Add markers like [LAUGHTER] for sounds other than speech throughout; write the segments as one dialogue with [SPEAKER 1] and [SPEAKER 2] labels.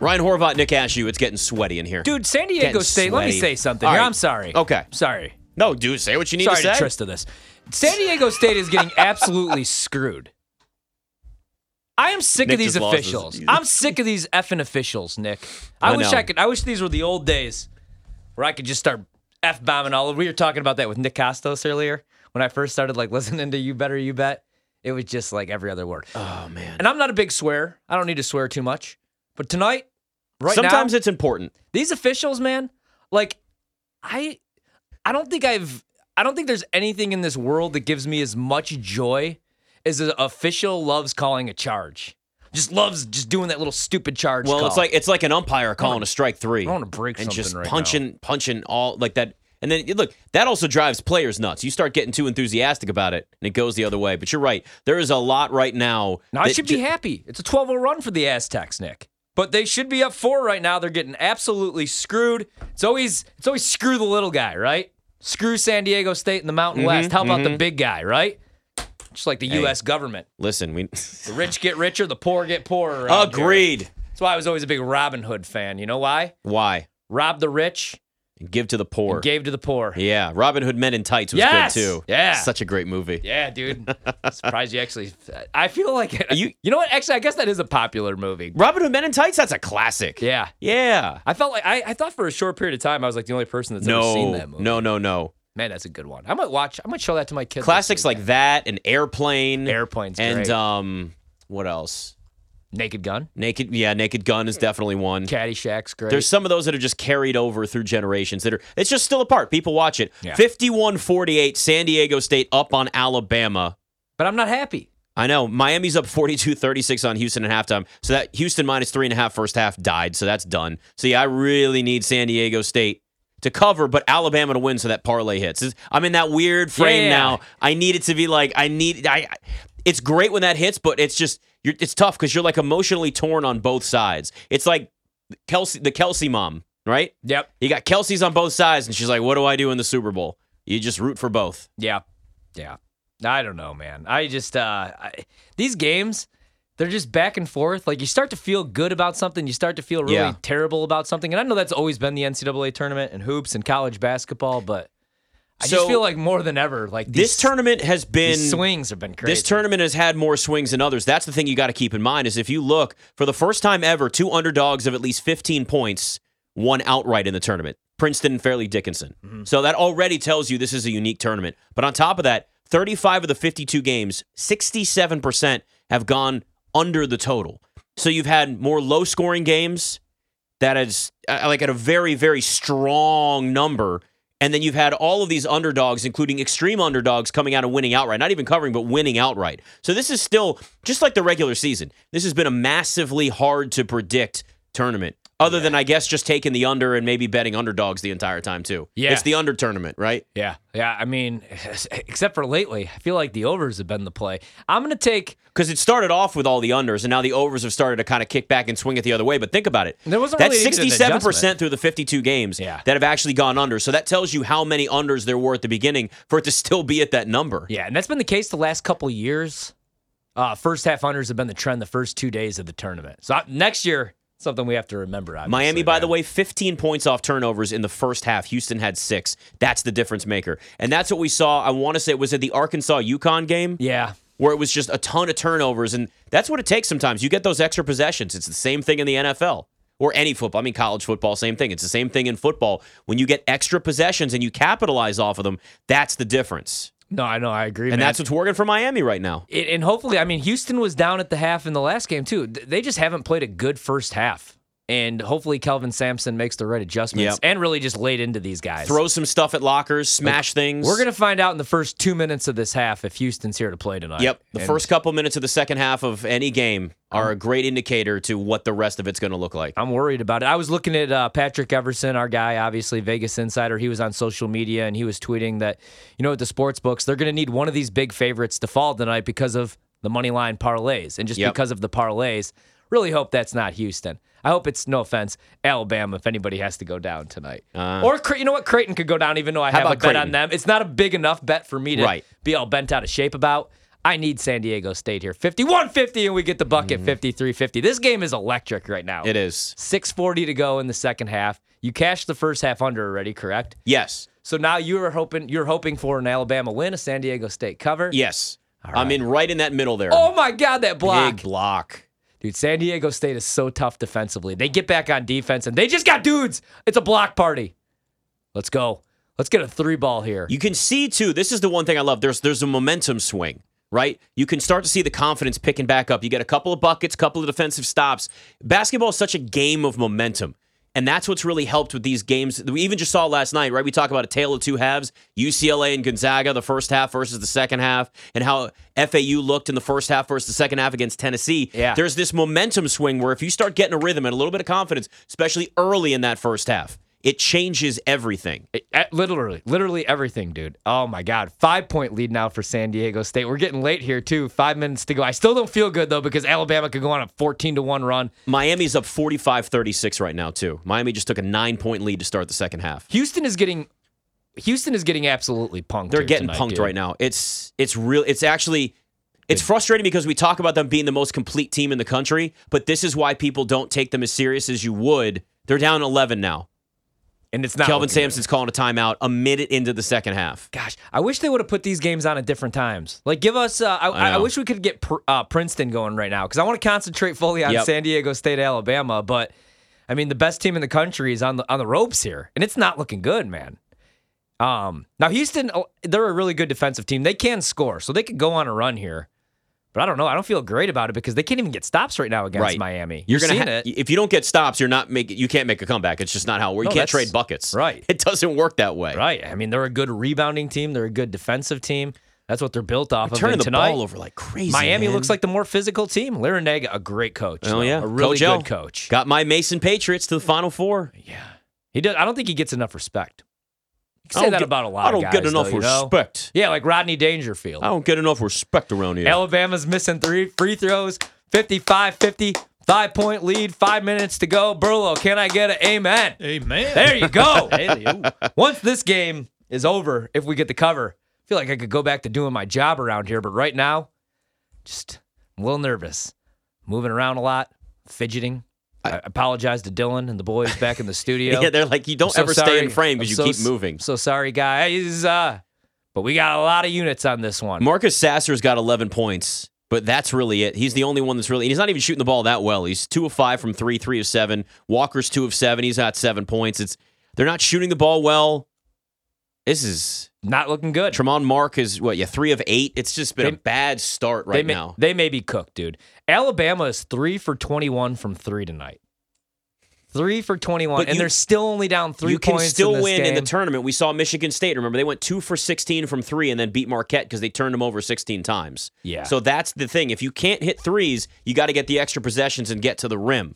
[SPEAKER 1] Ryan Horvat, Nick Ashew, it's getting sweaty in here.
[SPEAKER 2] Dude, San Diego
[SPEAKER 1] Getting
[SPEAKER 2] State, let me
[SPEAKER 1] sweaty.
[SPEAKER 2] say something
[SPEAKER 1] All
[SPEAKER 2] here.
[SPEAKER 1] right.
[SPEAKER 2] I'm sorry.
[SPEAKER 1] Okay.
[SPEAKER 2] Sorry.
[SPEAKER 1] No, dude, say what you need
[SPEAKER 2] sorry
[SPEAKER 1] to say.
[SPEAKER 2] twist to this. San Diego State
[SPEAKER 1] [LAUGHS]
[SPEAKER 2] is getting absolutely screwed. I am sick
[SPEAKER 1] Nick
[SPEAKER 2] of these
[SPEAKER 1] just lost his-
[SPEAKER 2] officials. I'm sick of these effing officials, Nick. I,
[SPEAKER 1] I
[SPEAKER 2] wish
[SPEAKER 1] know.
[SPEAKER 2] I could. I wish these were the old days where I could just start f bombing all over. We were talking about that with Nick Costos earlier when I first started like [LAUGHS] listening to You Better You Bet. It was just like every other word.
[SPEAKER 1] oh man.
[SPEAKER 2] And I'm not a big swear. I don't need to swear too much. But tonight, right now,
[SPEAKER 1] Sometimes it's important.
[SPEAKER 2] these officials man like i i don't think i've i don't think there's anything in this world that gives me as much joy as an official loves calling a charge just loves just doing that little stupid charge
[SPEAKER 1] Well,
[SPEAKER 2] call.
[SPEAKER 1] it's like it's like an umpire calling a strike three.
[SPEAKER 2] I wanna break
[SPEAKER 1] and
[SPEAKER 2] something
[SPEAKER 1] just
[SPEAKER 2] right now.
[SPEAKER 1] punching, punching all like that. And then look, that also drives players nuts. You start getting too enthusiastic about it, and it goes the other way. But you're right. There is a lot right now.
[SPEAKER 2] now i
[SPEAKER 1] that
[SPEAKER 2] should
[SPEAKER 1] ju-
[SPEAKER 2] be happy it's a 12-0 run for the aztecs nick but they should be up four right now they're getting absolutely screwed it's always it's always screw the little guy right screw san diego state and the mountain
[SPEAKER 1] Mm-hmm,
[SPEAKER 2] west how about the big guy right just like the us government
[SPEAKER 1] Listen,
[SPEAKER 2] [LAUGHS]
[SPEAKER 1] we
[SPEAKER 2] The rich get richer, the poor get poorer. around here.
[SPEAKER 1] agreed.
[SPEAKER 2] That's why I was always a big Robin Hood fan. You know why?
[SPEAKER 1] Why
[SPEAKER 2] Rob the rich,
[SPEAKER 1] give to the poor?
[SPEAKER 2] gave to the poor.
[SPEAKER 1] yeah, Robin Hood Men in Tights was
[SPEAKER 2] Yes!
[SPEAKER 1] good too.
[SPEAKER 2] Yeah.
[SPEAKER 1] such a great movie.
[SPEAKER 2] Yeah,
[SPEAKER 1] [LAUGHS]
[SPEAKER 2] dude. Surprised you actually. I feel like you.
[SPEAKER 1] You-
[SPEAKER 2] You know what? Actually, I guess that is a popular movie.
[SPEAKER 1] Robin Hood Men in Tights. That's a classic.
[SPEAKER 2] Yeah.
[SPEAKER 1] yeah.
[SPEAKER 2] I felt like I, I thought for a short period of time I was like the only person that's ever seen
[SPEAKER 1] No,
[SPEAKER 2] that movie.
[SPEAKER 1] no, no, no.
[SPEAKER 2] man, that's a good one. I might watch. I might show that to my kids. this
[SPEAKER 1] Classics
[SPEAKER 2] weekend.
[SPEAKER 1] like that and Airplane.
[SPEAKER 2] Airplane's
[SPEAKER 1] and
[SPEAKER 2] great.
[SPEAKER 1] um, what else?
[SPEAKER 2] Naked Gun,
[SPEAKER 1] Naked, yeah, Naked Gun is definitely one.
[SPEAKER 2] Caddyshack's great.
[SPEAKER 1] There's some of those that are just carried over through generations that are it's just still a part. People watch it.
[SPEAKER 2] Yeah.
[SPEAKER 1] 51-48 San Diego State up on Alabama.
[SPEAKER 2] but I'm not happy.
[SPEAKER 1] I know. Miami's up 42-36 on Houston at halftime. So that Houston minus three and a half first half died. So that's done. So yeah, I really need San Diego State to cover, but Alabama to win so that parlay hits. It's- I'm in that weird frame
[SPEAKER 2] Yeah.
[SPEAKER 1] now. I need it to be like I need I I- it's great when that hits, but it's just you're, it's tough because you're like emotionally torn on both sides. It's like Kelsey the Kelsey mom, right?
[SPEAKER 2] Yep.
[SPEAKER 1] You got Kelsey's on both sides, and she's like, "What do I do in the Super Bowl?" You just root for both.
[SPEAKER 2] Yeah. Yeah. I don't know, man. I just uh I, these games they're just back and forth. Like you start to feel good about something, you start to feel really
[SPEAKER 1] Yeah.
[SPEAKER 2] terrible about something. And I know that's always been the NCAA tournament and hoops and college basketball, but I just
[SPEAKER 1] So-
[SPEAKER 2] feel like more than ever, like these,
[SPEAKER 1] This tournament has been
[SPEAKER 2] these swings have been crazy.
[SPEAKER 1] this tournament has had more swings than others. That's the thing you got to keep in mind is if you look for the first time ever, two underdogs of at least 15 points won outright in the tournament. Princeton and Fairleigh Dickinson. So that already tells you this is a unique tournament. But on top of that, 35 of the 52 games, 67% have gone under the total. So you've had more low scoring games that is uh, like at a very very strong number and then you've had all of these underdogs including extreme underdogs coming out and winning outright not even covering but winning outright so this is still just like the regular season this has been a massively hard to predict tournament other than i guess just taking the under and maybe betting underdogs the entire time too
[SPEAKER 2] Yeah.
[SPEAKER 1] it's the under tournament right
[SPEAKER 2] yeah. Yeah. I mean, [LAUGHS] except for lately, I feel like the overs have been the play. I'm gonna take
[SPEAKER 1] because it started off with all the unders and now the overs have started to kind of kick back and swing it the other way but think about it
[SPEAKER 2] There wasn't
[SPEAKER 1] that's
[SPEAKER 2] really even an
[SPEAKER 1] 67%
[SPEAKER 2] adjustment.
[SPEAKER 1] through the 52 games
[SPEAKER 2] Yeah.
[SPEAKER 1] that have actually gone under so that tells you how many unders there were at the beginning for it to still be at that number
[SPEAKER 2] Yeah, and that's been the case the last couple years. Uh, first half unders have been the trend the first two days of the tournament. So uh, next year, something we have to remember. obviously,
[SPEAKER 1] Miami, by
[SPEAKER 2] man.
[SPEAKER 1] the way, 15 points off turnovers in the first half. Houston had six. That's the difference maker. And that's what we saw. I want to say it was at the Arkansas Yukon game.
[SPEAKER 2] Yeah,
[SPEAKER 1] where it was just a ton of turnovers. And that's what it takes sometimes. You get those extra possessions. It's the same thing in the NFL or any football. I mean, college football, same thing. It's the same thing in football. When you get extra possessions and you capitalize off of them, that's the difference.
[SPEAKER 2] no, I know, I agree,
[SPEAKER 1] And
[SPEAKER 2] man.
[SPEAKER 1] that's what's working for Miami right now.
[SPEAKER 2] it, and hopefully, I mean, Houston was down at the half in the last game too. Th- They just haven't played a good first half, and hopefully, Kelvin Sampson makes the right adjustments
[SPEAKER 1] Yep.
[SPEAKER 2] and really just laid into these guys.
[SPEAKER 1] Throw some stuff at lockers, smash things.
[SPEAKER 2] We're gonna find out in the first two minutes of this half if Houston's here to play tonight.
[SPEAKER 1] Yep. The
[SPEAKER 2] And
[SPEAKER 1] first couple minutes of the second half of any game are a great indicator to what the rest of it's going to look like.
[SPEAKER 2] I'm worried about it. I was looking at uh, Patrick Everson, our guy, obviously Vegas insider. He was on social media and he was tweeting that, you know, at the sports books, they're going to need one of these big favorites to fall tonight because of the money line parlays and just
[SPEAKER 1] Yep.
[SPEAKER 2] because of the parlays. Really hope that's not Houston. I hope it's no offense, Alabama. If anybody has to go down tonight, or Cre- you know what, Creighton could go down. Even though I have a
[SPEAKER 1] Uh. about
[SPEAKER 2] bet on
[SPEAKER 1] Creighton?
[SPEAKER 2] them, it's not a big enough bet for me to
[SPEAKER 1] Right.
[SPEAKER 2] be all bent out of shape about. I need San Diego State here. 51 50, and we get the bucket
[SPEAKER 1] Mm-hmm.
[SPEAKER 2] 53 50. This game is electric right now.
[SPEAKER 1] It is.
[SPEAKER 2] 640 to go in the second half. You cashed the first half under already, correct?
[SPEAKER 1] Yes.
[SPEAKER 2] So now you are hoping you're hoping for an Alabama win, a San Diego State cover.
[SPEAKER 1] Yes. I'm in right in that middle there.
[SPEAKER 2] Oh my God, that block.
[SPEAKER 1] Big block.
[SPEAKER 2] Dude, San Diego State is so tough defensively. They get back on defense and they just got dudes. It's a block party. Let's go. Let's get a three ball here.
[SPEAKER 1] You can see too. This is the one thing I love. There's there's a momentum swing, right? You can start to see the confidence picking back up. You get a couple of buckets, couple of defensive stops. Basketball is such a game of momentum. And that's what's really helped with these games. We even just saw last night, right? We talk about a tale of two halves UCLA and Gonzaga, the first half versus the second half, and how FAU looked in the first half versus the second half against Tennessee.
[SPEAKER 2] Yeah.
[SPEAKER 1] There's this momentum swing where if you start getting a rhythm and a little bit of confidence, especially early in that first half, it changes everything.
[SPEAKER 2] It- eh, literally, literally everything, dude. Oh my God. Five point lead now for San Diego State. We're getting late here, too. Five minutes to go. I still don't feel good, though, because Alabama could go on a 14 to 1 run.
[SPEAKER 1] Miami's up 45 36 right now, too. Miami just took a nine point lead to start the second half.
[SPEAKER 2] Houston is getting. Houston is getting absolutely punked.
[SPEAKER 1] They're
[SPEAKER 2] here
[SPEAKER 1] getting
[SPEAKER 2] tonight,
[SPEAKER 1] punked
[SPEAKER 2] dude.
[SPEAKER 1] right now. It's it's real it's actually it's frustrating because we talk about them being the most complete team in the country, but this is why people don't take them as serious as you would. They're down 11 now.
[SPEAKER 2] and it's not
[SPEAKER 1] Kelvin
[SPEAKER 2] looking good.
[SPEAKER 1] Sampson's calling a timeout a minute into the second half.
[SPEAKER 2] Gosh, I wish they would have put these games on at different times. Like, give us. Uh, I, I,
[SPEAKER 1] know.
[SPEAKER 2] wish we could get Pr- uh, Princeton going right now because I want to concentrate fully on
[SPEAKER 1] Yep.
[SPEAKER 2] San Diego State, Alabama. But I mean, the best team in the country is on the on the ropes here, and it's not looking good, man. Um, now Houston, oh, they're a really good defensive team. They can score, so they could go on a run here. But I don't know. I don't feel great about it because they can't even get stops right now against
[SPEAKER 1] Right.
[SPEAKER 2] Miami.
[SPEAKER 1] You're
[SPEAKER 2] You've
[SPEAKER 1] gonna
[SPEAKER 2] seen
[SPEAKER 1] ha-
[SPEAKER 2] it.
[SPEAKER 1] if you don't get stops, you're not making you can't make a comeback. It's just not how it works. You
[SPEAKER 2] No,
[SPEAKER 1] can't
[SPEAKER 2] that's-
[SPEAKER 1] trade buckets.
[SPEAKER 2] right.
[SPEAKER 1] [LAUGHS] It doesn't work that way.
[SPEAKER 2] Right. I mean, they're a good rebounding team. They're a good defensive team. That's what they're built off of.
[SPEAKER 1] Turning
[SPEAKER 2] and
[SPEAKER 1] the
[SPEAKER 2] tonight,
[SPEAKER 1] ball over like crazy.
[SPEAKER 2] Miami
[SPEAKER 1] man.
[SPEAKER 2] looks like the more physical team. Larinaga, a great coach.
[SPEAKER 1] Oh
[SPEAKER 2] though.
[SPEAKER 1] yeah,
[SPEAKER 2] a really
[SPEAKER 1] Coach L
[SPEAKER 2] good coach.
[SPEAKER 1] Got my Mason Patriots to the Final Four.
[SPEAKER 2] He does. I don't think he gets enough respect. You can
[SPEAKER 1] I
[SPEAKER 2] say
[SPEAKER 1] don't
[SPEAKER 2] that
[SPEAKER 1] get-
[SPEAKER 2] about a lot.
[SPEAKER 1] I don't
[SPEAKER 2] of guys,
[SPEAKER 1] get enough
[SPEAKER 2] though, you know?
[SPEAKER 1] respect.
[SPEAKER 2] Yeah, like Rodney Dangerfield.
[SPEAKER 1] I don't get enough respect around here.
[SPEAKER 2] Alabama's missing three free throws. 55-50, five point lead, five minutes to go. Burlow, can I get an amen?
[SPEAKER 3] Amen.
[SPEAKER 2] There you go. Once this game is over, if we get the cover, I feel like I could go back to doing my job around here. But right now, just I'm a little nervous, moving around a lot, fidgeting. I, apologize to Dylan and the boys back
[SPEAKER 1] [LAUGHS]
[SPEAKER 2] in the studio.
[SPEAKER 1] [LAUGHS] yeah, they're like you don't
[SPEAKER 2] I'm so
[SPEAKER 1] ever stay
[SPEAKER 2] sorry.
[SPEAKER 1] in frame
[SPEAKER 2] I'm
[SPEAKER 1] because you
[SPEAKER 2] so
[SPEAKER 1] keep
[SPEAKER 2] s-
[SPEAKER 1] moving.
[SPEAKER 2] So sorry, guys. Uh, but we got a lot of units on this one.
[SPEAKER 1] Marcus Sasser's got 11 points, but that's really it. He's the only one that's really. And he's not even shooting the ball that well. He's two of five from three, three of seven. Walker's two of seven. He's got seven points. It's they're not shooting the ball well. This is
[SPEAKER 2] Not looking good.
[SPEAKER 1] Tremont Mark is what yeah three of eight. It's just been a
[SPEAKER 2] They-
[SPEAKER 1] bad start
[SPEAKER 2] they
[SPEAKER 1] right
[SPEAKER 2] may,
[SPEAKER 1] now.
[SPEAKER 2] They may be cooked, dude. Alabama is three for 21 from three tonight. Three for 21,
[SPEAKER 1] But
[SPEAKER 2] and
[SPEAKER 1] you-
[SPEAKER 2] they're still only down three
[SPEAKER 1] you can
[SPEAKER 2] points
[SPEAKER 1] still
[SPEAKER 2] in this
[SPEAKER 1] win in the
[SPEAKER 2] game.
[SPEAKER 1] tournament. We saw Michigan State. Remember, they went two for 16 from three and then beat Marquette because they turned them over 16 times.
[SPEAKER 2] Yeah.
[SPEAKER 1] So that's the thing. If you can't hit threes, you got to get the extra possessions and get to the rim.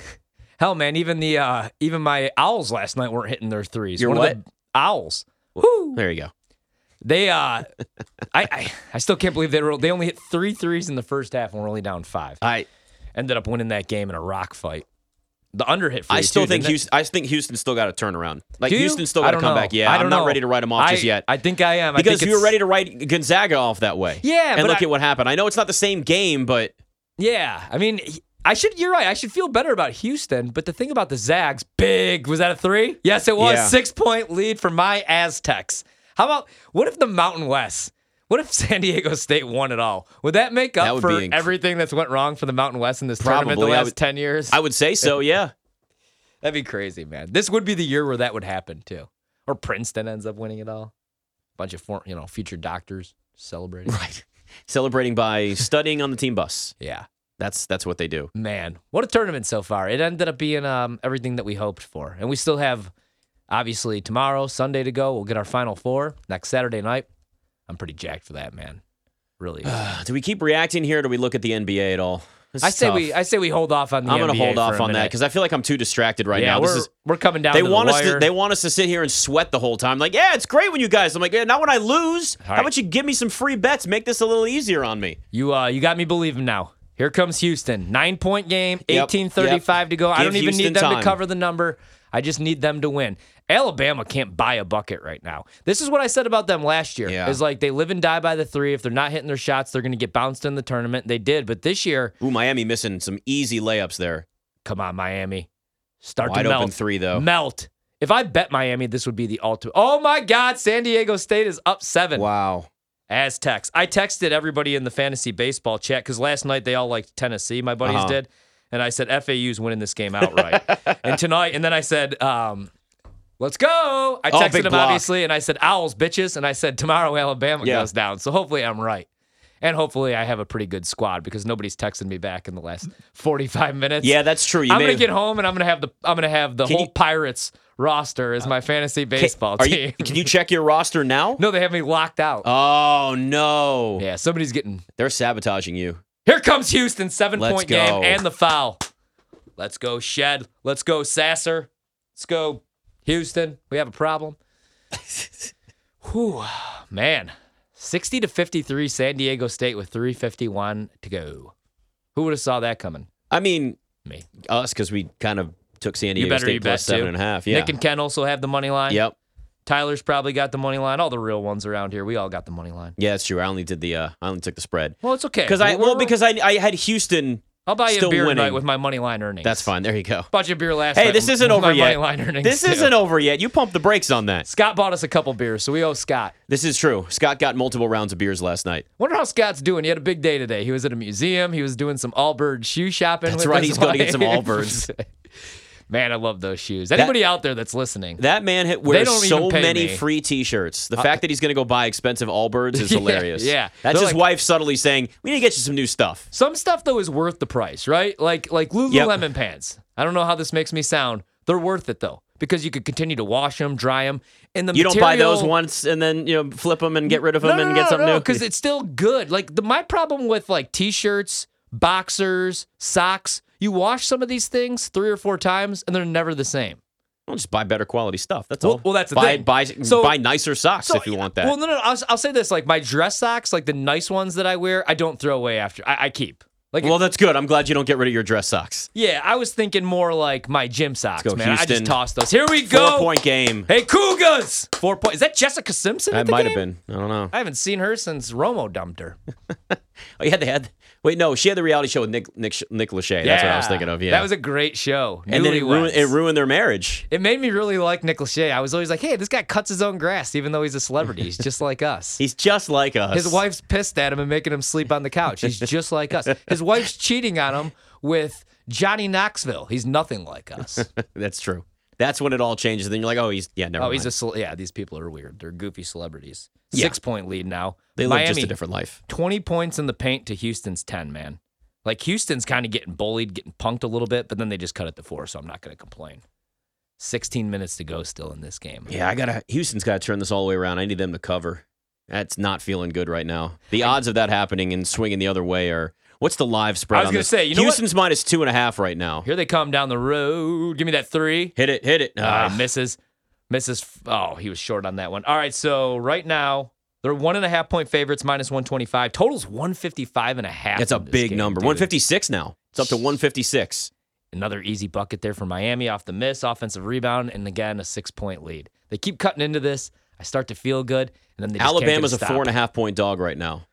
[SPEAKER 2] Hell, man, even the uh, even my owls last night weren't hitting their threes.
[SPEAKER 1] Your
[SPEAKER 2] One Of the owls. Woo.
[SPEAKER 1] There you go.
[SPEAKER 2] They uh, [LAUGHS] I, I I still can't believe they were they only hit three threes in the first half and we're only down five.
[SPEAKER 1] I
[SPEAKER 2] Ended up winning that game in a rock fight. The under hit. For
[SPEAKER 1] I
[SPEAKER 2] you,
[SPEAKER 1] still
[SPEAKER 2] too,
[SPEAKER 1] think
[SPEAKER 2] didn't it?
[SPEAKER 1] Houston. I think Houston still got to turn around. Like
[SPEAKER 2] Do you?
[SPEAKER 1] Houston still
[SPEAKER 2] I
[SPEAKER 1] got to
[SPEAKER 2] don't
[SPEAKER 1] come
[SPEAKER 2] know.
[SPEAKER 1] back. Yeah,
[SPEAKER 2] I
[SPEAKER 1] I'm
[SPEAKER 2] don't
[SPEAKER 1] not
[SPEAKER 2] know.
[SPEAKER 1] ready to write them off
[SPEAKER 2] I,
[SPEAKER 1] just yet.
[SPEAKER 2] I think I am I
[SPEAKER 1] because
[SPEAKER 2] think
[SPEAKER 1] you were
[SPEAKER 2] it's-
[SPEAKER 1] ready to write Gonzaga off that way.
[SPEAKER 2] Yeah,
[SPEAKER 1] and
[SPEAKER 2] but
[SPEAKER 1] look
[SPEAKER 2] I-
[SPEAKER 1] at what happened. I know it's not the same game, but
[SPEAKER 2] Yeah, I mean, he- I should. You're right. I should feel better about Houston. But the thing about the Zags, big was that a three? Yes, it was.
[SPEAKER 1] Yeah.
[SPEAKER 2] Six point lead for my Aztecs. How about what if the Mountain West? What if [LAUGHS] San Diego State won it all? Would that make
[SPEAKER 1] That
[SPEAKER 2] up
[SPEAKER 1] would
[SPEAKER 2] for
[SPEAKER 1] be inc-
[SPEAKER 2] everything that's went wrong for the Mountain West in this tournament the
[SPEAKER 1] Probably. I
[SPEAKER 2] last
[SPEAKER 1] would-
[SPEAKER 2] ten years?
[SPEAKER 1] I would say
[SPEAKER 2] [LAUGHS]
[SPEAKER 1] so. Yeah.
[SPEAKER 2] That'd be crazy, man. This would be the year where that would happen too, or Princeton ends up winning it all. Bunch of form, you know, future doctors celebrating. [LAUGHS]
[SPEAKER 1] Right. Celebrating by studying on the team bus.
[SPEAKER 2] Yeah.
[SPEAKER 1] That's that's what they do.
[SPEAKER 2] Man, what a tournament so far. It ended up being um, everything that we hoped for. And we still have, obviously, tomorrow, Sunday to go. We'll get our final four next Saturday night. I'm pretty jacked for that, man.
[SPEAKER 1] [SIGHS]
[SPEAKER 2] Really. is.
[SPEAKER 1] Uh, Do we keep reacting here? Or do we look at the NBA at all? This
[SPEAKER 2] I
[SPEAKER 1] is
[SPEAKER 2] say
[SPEAKER 1] tough.
[SPEAKER 2] we I say we hold off on the
[SPEAKER 1] I'm gonna
[SPEAKER 2] NBA
[SPEAKER 1] hold
[SPEAKER 2] for
[SPEAKER 1] off
[SPEAKER 2] a
[SPEAKER 1] on that
[SPEAKER 2] minute.
[SPEAKER 1] because I feel like I'm too distracted right
[SPEAKER 2] yeah,
[SPEAKER 1] now.
[SPEAKER 2] we're,
[SPEAKER 1] This is
[SPEAKER 2] we're coming down
[SPEAKER 1] they
[SPEAKER 2] to
[SPEAKER 1] want
[SPEAKER 2] the
[SPEAKER 1] us to
[SPEAKER 2] wire.
[SPEAKER 1] they want us to sit here and sweat the whole time. Like, yeah, it's great when you guys. I'm like, yeah, not when I lose. How
[SPEAKER 2] right.
[SPEAKER 1] about you give me some free bets? Make this a little easier on me.
[SPEAKER 2] you uh you got me believing now. Here comes Houston. Nine point game,
[SPEAKER 1] Yep,
[SPEAKER 2] 1835
[SPEAKER 1] yep.
[SPEAKER 2] to go. I
[SPEAKER 1] Give
[SPEAKER 2] don't even
[SPEAKER 1] Houston
[SPEAKER 2] need them
[SPEAKER 1] time.
[SPEAKER 2] to cover the number. I just need them to win. Alabama can't buy a bucket right now. This is what I said about them last year.
[SPEAKER 1] Yeah.
[SPEAKER 2] Is like they live and die by the three. If they're not hitting their shots, they're going to get bounced in the tournament. They did, but this year,
[SPEAKER 1] Ooh, Miami missing some easy layups there.
[SPEAKER 2] come on, Miami, start
[SPEAKER 1] Wide
[SPEAKER 2] to
[SPEAKER 1] open
[SPEAKER 2] melt.
[SPEAKER 1] three though.
[SPEAKER 2] Melt. If I bet Miami, this would be the ultimate. Oh my God, San Diego State is up seven.
[SPEAKER 1] Wow.
[SPEAKER 2] Aztecs. I texted everybody in the fantasy baseball chat because last night they all liked Tennessee. My buddies
[SPEAKER 1] Uh-huh.
[SPEAKER 2] did, and I said FAU's winning this
[SPEAKER 1] [LAUGHS]
[SPEAKER 2] game outright. and tonight, and then I said, um, "Let's go." I
[SPEAKER 1] Oh,
[SPEAKER 2] texted
[SPEAKER 1] big
[SPEAKER 2] him
[SPEAKER 1] block.
[SPEAKER 2] obviously, and I said, "Owls, bitches," and I said, "Tomorrow Alabama
[SPEAKER 1] Yeah.
[SPEAKER 2] goes down." So hopefully I'm right, and hopefully I have a pretty good squad because nobody's texted me back in the last 45 minutes.
[SPEAKER 1] Yeah, that's true. You
[SPEAKER 2] I'm
[SPEAKER 1] may
[SPEAKER 2] gonna
[SPEAKER 1] have-
[SPEAKER 2] get home and I'm gonna have the I'm gonna have the
[SPEAKER 1] Can
[SPEAKER 2] whole
[SPEAKER 1] you-
[SPEAKER 2] Pirates roster as my fantasy baseball
[SPEAKER 1] Are
[SPEAKER 2] team.
[SPEAKER 1] you, can you check your roster now?
[SPEAKER 2] [LAUGHS] no, they have me locked out.
[SPEAKER 1] Oh no.
[SPEAKER 2] yeah, somebody's getting
[SPEAKER 1] They're sabotaging you.
[SPEAKER 2] Here comes Houston, seven
[SPEAKER 1] Let's
[SPEAKER 2] point game
[SPEAKER 1] go.
[SPEAKER 2] and the foul. Let's go, Shed. Let's go, Sasser. Let's go, Houston. We have
[SPEAKER 1] [LAUGHS]
[SPEAKER 2] a problem. Whew, man. 60 to 53, San Diego State with 351 to go. Who would have saw that coming?
[SPEAKER 1] I mean,
[SPEAKER 2] Me.
[SPEAKER 1] us because we kind of took San Diego
[SPEAKER 2] better, you
[SPEAKER 1] State plus
[SPEAKER 2] bet,
[SPEAKER 1] seven
[SPEAKER 2] too.
[SPEAKER 1] and a half. Yeah.
[SPEAKER 2] Nick and Ken also have the money line.
[SPEAKER 1] yep.
[SPEAKER 2] Tyler's probably got the money line. All the real ones around here, we all got the money line.
[SPEAKER 1] Yeah, that's true. I only did the. Uh, I only took the spread
[SPEAKER 2] Well, it's okay.
[SPEAKER 1] because I
[SPEAKER 2] We're-
[SPEAKER 1] well because I I had Houston.
[SPEAKER 2] I'll buy you a
[SPEAKER 1] still
[SPEAKER 2] beer tonight
[SPEAKER 1] winning.
[SPEAKER 2] with my money line earnings.
[SPEAKER 1] That's fine. There you go.
[SPEAKER 2] Bought you a beer last night.
[SPEAKER 1] Hey, this
[SPEAKER 2] with
[SPEAKER 1] isn't
[SPEAKER 2] my
[SPEAKER 1] over yet.
[SPEAKER 2] Money line earnings
[SPEAKER 1] This
[SPEAKER 2] too.
[SPEAKER 1] isn't over yet. You pump the brakes on that.
[SPEAKER 2] Scott bought us a couple beers, so we owe Scott.
[SPEAKER 1] This is true. Scott got multiple rounds of beers last night.
[SPEAKER 2] Wonder how Scott's doing. He had a big day today. He was at a museum. He was doing some Allbird shoe shopping.
[SPEAKER 1] That's
[SPEAKER 2] with
[SPEAKER 1] right,
[SPEAKER 2] his
[SPEAKER 1] he's gonna get
[SPEAKER 2] wife.
[SPEAKER 1] some Allbirds.
[SPEAKER 2] [LAUGHS] Man, I love those shoes. Anybody out there that's listening?
[SPEAKER 1] That man hit, wears
[SPEAKER 2] don't even
[SPEAKER 1] so
[SPEAKER 2] pay
[SPEAKER 1] many
[SPEAKER 2] me. Uh,
[SPEAKER 1] free T-shirts. The fact that he's going to go buy expensive Allbirds is
[SPEAKER 2] [LAUGHS] Yeah,
[SPEAKER 1] hilarious.
[SPEAKER 2] yeah.
[SPEAKER 1] that's
[SPEAKER 2] They're
[SPEAKER 1] his
[SPEAKER 2] like-
[SPEAKER 1] wife subtly saying, "We need to get you some new stuff."
[SPEAKER 2] Some stuff though is worth the price, right? Like like Lululemon pants. I don't know how this makes me sound. They're worth it though because you could continue to wash them, dry them, and the
[SPEAKER 1] You don't buy those
[SPEAKER 2] material-
[SPEAKER 1] once and then you know flip them and get rid of
[SPEAKER 2] No,
[SPEAKER 1] them
[SPEAKER 2] no,
[SPEAKER 1] and
[SPEAKER 2] no,
[SPEAKER 1] get something
[SPEAKER 2] no,
[SPEAKER 1] new.
[SPEAKER 2] because it's still good. Like the, my problem with like t-shirts, boxers, socks. You wash some of these things three or four times, and they're never the same.
[SPEAKER 1] Well, just buy better quality stuff. That's
[SPEAKER 2] Well-
[SPEAKER 1] all.
[SPEAKER 2] well, that's the
[SPEAKER 1] buy,
[SPEAKER 2] thing.
[SPEAKER 1] Buy,
[SPEAKER 2] So-
[SPEAKER 1] buy nicer socks if you want that.
[SPEAKER 2] Well, no, no. I'll, I'll say this: like my dress socks, like the nice ones that I wear, I don't throw away after. I, I keep. Like,
[SPEAKER 1] Well, that's good. I'm glad you don't get rid of your dress socks.
[SPEAKER 2] yeah, I was thinking more like my gym socks,
[SPEAKER 1] go,
[SPEAKER 2] man. I
[SPEAKER 1] Houston.
[SPEAKER 2] just tossed those. Here we go.
[SPEAKER 1] Four point game.
[SPEAKER 2] Hey, Cougars. Four point. Is that Jessica Simpson? at
[SPEAKER 1] That
[SPEAKER 2] the
[SPEAKER 1] might have
[SPEAKER 2] game?
[SPEAKER 1] been. I don't know.
[SPEAKER 2] I haven't seen her since Romo dumped her.
[SPEAKER 1] Oh, yeah, they had. Wait, no, she had the reality show with Nick Nick Sh- Nick Lachey. That's what I was thinking of. Yeah,
[SPEAKER 2] that was a great show.
[SPEAKER 1] and then it ruined,
[SPEAKER 2] Newlyweds.
[SPEAKER 1] it ruined their marriage.
[SPEAKER 2] It made me really like Nick Lachey. I was always like, hey, this guy cuts his own grass, even though he's a celebrity. He's just like us.
[SPEAKER 1] He's just like us.
[SPEAKER 2] His wife's pissed at him and making him sleep on the couch. He's just like us. His wife's cheating on him with Johnny Knoxville. He's nothing like us.
[SPEAKER 1] [LAUGHS] That's true. That's when it all changes. Then you're like, oh, he's yeah, [LAUGHS] never.
[SPEAKER 2] Oh, he's a
[SPEAKER 1] mind.
[SPEAKER 2] cel- yeah. These people are weird. They're goofy celebrities.
[SPEAKER 1] Yeah.
[SPEAKER 2] Six point lead now.
[SPEAKER 1] they live
[SPEAKER 2] Miami,
[SPEAKER 1] just a different life.
[SPEAKER 2] twenty points in the paint to Houston's ten. Man, like Houston's kind of getting bullied, getting punked a little bit, but then they just cut it to four. So I'm not going to complain. Sixteen minutes to go still in this game.
[SPEAKER 1] Yeah, I gotta. Houston's gotta turn this all the way around. I need them to cover. That's not feeling good right now. The odds of that happening and swinging the other way are. What's the live spread?
[SPEAKER 2] I was
[SPEAKER 1] on
[SPEAKER 2] gonna
[SPEAKER 1] this?
[SPEAKER 2] say, you know what?
[SPEAKER 1] Houston's minus two and a half right now.
[SPEAKER 2] Here they come down the road. Give me that three.
[SPEAKER 1] Hit it, hit it.
[SPEAKER 2] Uh,
[SPEAKER 1] Ah.
[SPEAKER 2] misses. Misses. Oh, he was short on that one. All right. So right now, they're one and a half point favorites, minus 125. Total's 155 and a half.
[SPEAKER 1] That's a
[SPEAKER 2] in this
[SPEAKER 1] big
[SPEAKER 2] game,
[SPEAKER 1] number.
[SPEAKER 2] dude.
[SPEAKER 1] 156 now. It's up to 156.
[SPEAKER 2] Another easy bucket there for Miami off the miss, offensive rebound, and again, a six point lead. They keep cutting into this. I start to feel good, and then they just can't get
[SPEAKER 1] Alabama's a
[SPEAKER 2] stop.
[SPEAKER 1] four and a half point dog right now.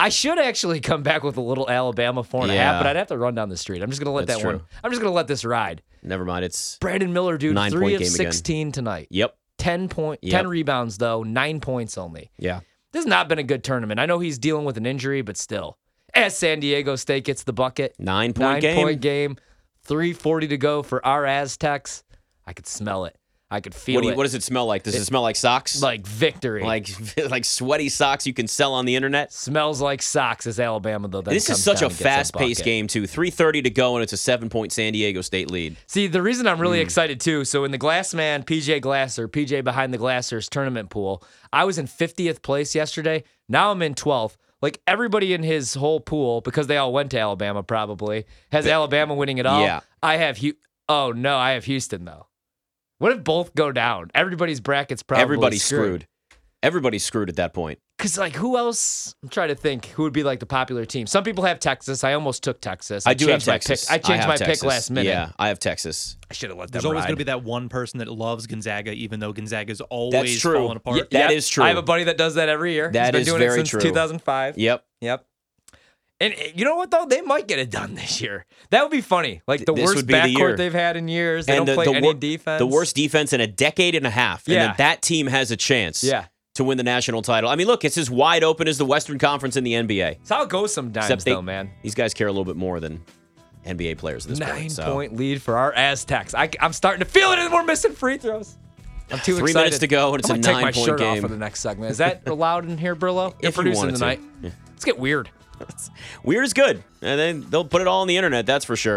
[SPEAKER 2] I should actually come back with a little Alabama four and a half,
[SPEAKER 1] Yeah.
[SPEAKER 2] but I'd have to run down the street. I'm just gonna let
[SPEAKER 1] That's
[SPEAKER 2] that one.
[SPEAKER 1] true.
[SPEAKER 2] I'm just gonna let this ride.
[SPEAKER 1] Never mind. It's
[SPEAKER 2] Brandon Miller, dude,
[SPEAKER 1] Nine
[SPEAKER 2] three
[SPEAKER 1] point
[SPEAKER 2] of
[SPEAKER 1] game again.
[SPEAKER 2] 16 tonight.
[SPEAKER 1] yep.
[SPEAKER 2] 10 point,
[SPEAKER 1] Yep.
[SPEAKER 2] 10 rebounds though, 9 points only.
[SPEAKER 1] Yeah.
[SPEAKER 2] This has not been a good tournament. I know he's dealing with an injury, but still. As San Diego State gets the bucket,
[SPEAKER 1] Nine point
[SPEAKER 2] 9
[SPEAKER 1] game.
[SPEAKER 2] point game, 340 to go for our Aztecs. I could smell it. I could feel
[SPEAKER 1] What, do you,
[SPEAKER 2] it.
[SPEAKER 1] what does it smell like? Does it, smell like socks?
[SPEAKER 2] like victory.
[SPEAKER 1] like like [LAUGHS] sweaty socks you can sell on the internet?
[SPEAKER 2] smells like socks as Alabama though. then
[SPEAKER 1] This is
[SPEAKER 2] comes
[SPEAKER 1] such
[SPEAKER 2] down
[SPEAKER 1] a
[SPEAKER 2] and gets
[SPEAKER 1] fast paced
[SPEAKER 2] bucket.
[SPEAKER 1] game too. Three thirty to go and it's a seven point San Diego State lead.
[SPEAKER 2] See, the reason I'm
[SPEAKER 1] Hmm.
[SPEAKER 2] really excited too, so in the Glassman PJ Glasser, PJ Behind the Glassers tournament pool, I was in 50th place yesterday. Now I'm in 12th. Like everybody in his whole pool, because they all went to Alabama probably, has Alabama winning it all.
[SPEAKER 1] Yeah.
[SPEAKER 2] I have Hu- Oh, no, I have Houston though. What if both go down? Everybody's brackets probably
[SPEAKER 1] Everybody's screwed. Everybody's screwed at that point.
[SPEAKER 2] Because like who else? I'm trying to think who would be like the popular team. Some people have Texas. I almost took Texas.
[SPEAKER 1] I, do have
[SPEAKER 2] changed my
[SPEAKER 1] Texas.
[SPEAKER 2] Pick. I changed
[SPEAKER 1] have
[SPEAKER 2] my
[SPEAKER 1] Texas.
[SPEAKER 2] pick last minute.
[SPEAKER 1] Yeah, I have Texas.
[SPEAKER 2] I should have let them
[SPEAKER 3] There's always
[SPEAKER 2] ride.
[SPEAKER 3] going to be that one person that loves Gonzaga, even though Gonzaga's always
[SPEAKER 1] true.
[SPEAKER 3] falling apart.
[SPEAKER 1] Yeah, that
[SPEAKER 2] Yep.
[SPEAKER 1] is true.
[SPEAKER 2] I have a buddy that does that every year.
[SPEAKER 1] That
[SPEAKER 2] He's been
[SPEAKER 1] is
[SPEAKER 2] doing it
[SPEAKER 1] very
[SPEAKER 2] since
[SPEAKER 1] true.
[SPEAKER 2] 2005.
[SPEAKER 1] Yep.
[SPEAKER 2] Yep. And uh, you know what though? They might get it done this year. That would be funny. Like the
[SPEAKER 1] This
[SPEAKER 2] worst
[SPEAKER 1] would be the
[SPEAKER 2] backcourt
[SPEAKER 1] year.
[SPEAKER 2] they've had in years. They don't play any
[SPEAKER 1] wor-
[SPEAKER 2] defense.
[SPEAKER 1] the worst defense in a decade and a half. And
[SPEAKER 2] Yeah.
[SPEAKER 1] then that team has a chance
[SPEAKER 2] Yeah.
[SPEAKER 1] to win the national title. I mean, look, it's as wide open as the Western Conference in the NBA.
[SPEAKER 2] That's how it goes sometimes,
[SPEAKER 1] Except they-
[SPEAKER 2] though, man.
[SPEAKER 1] These guys care a little bit more than NBA players at this
[SPEAKER 2] Nine
[SPEAKER 1] point. So.
[SPEAKER 2] point lead for our Aztecs. I, am starting to feel it, and we're missing free throws. I'm too
[SPEAKER 1] Three
[SPEAKER 2] excited.
[SPEAKER 1] minutes to go, and it's a
[SPEAKER 2] I'm gonna take my
[SPEAKER 1] nine-point
[SPEAKER 2] shirt off
[SPEAKER 1] game.
[SPEAKER 2] for the next segment. Is that [LAUGHS] allowed in here, Brillo? You're
[SPEAKER 1] If you
[SPEAKER 2] producing
[SPEAKER 1] wanted to.
[SPEAKER 2] tonight. Let's get weird.
[SPEAKER 1] Weird is good. And then they'll put it all on the internet, that's for sure.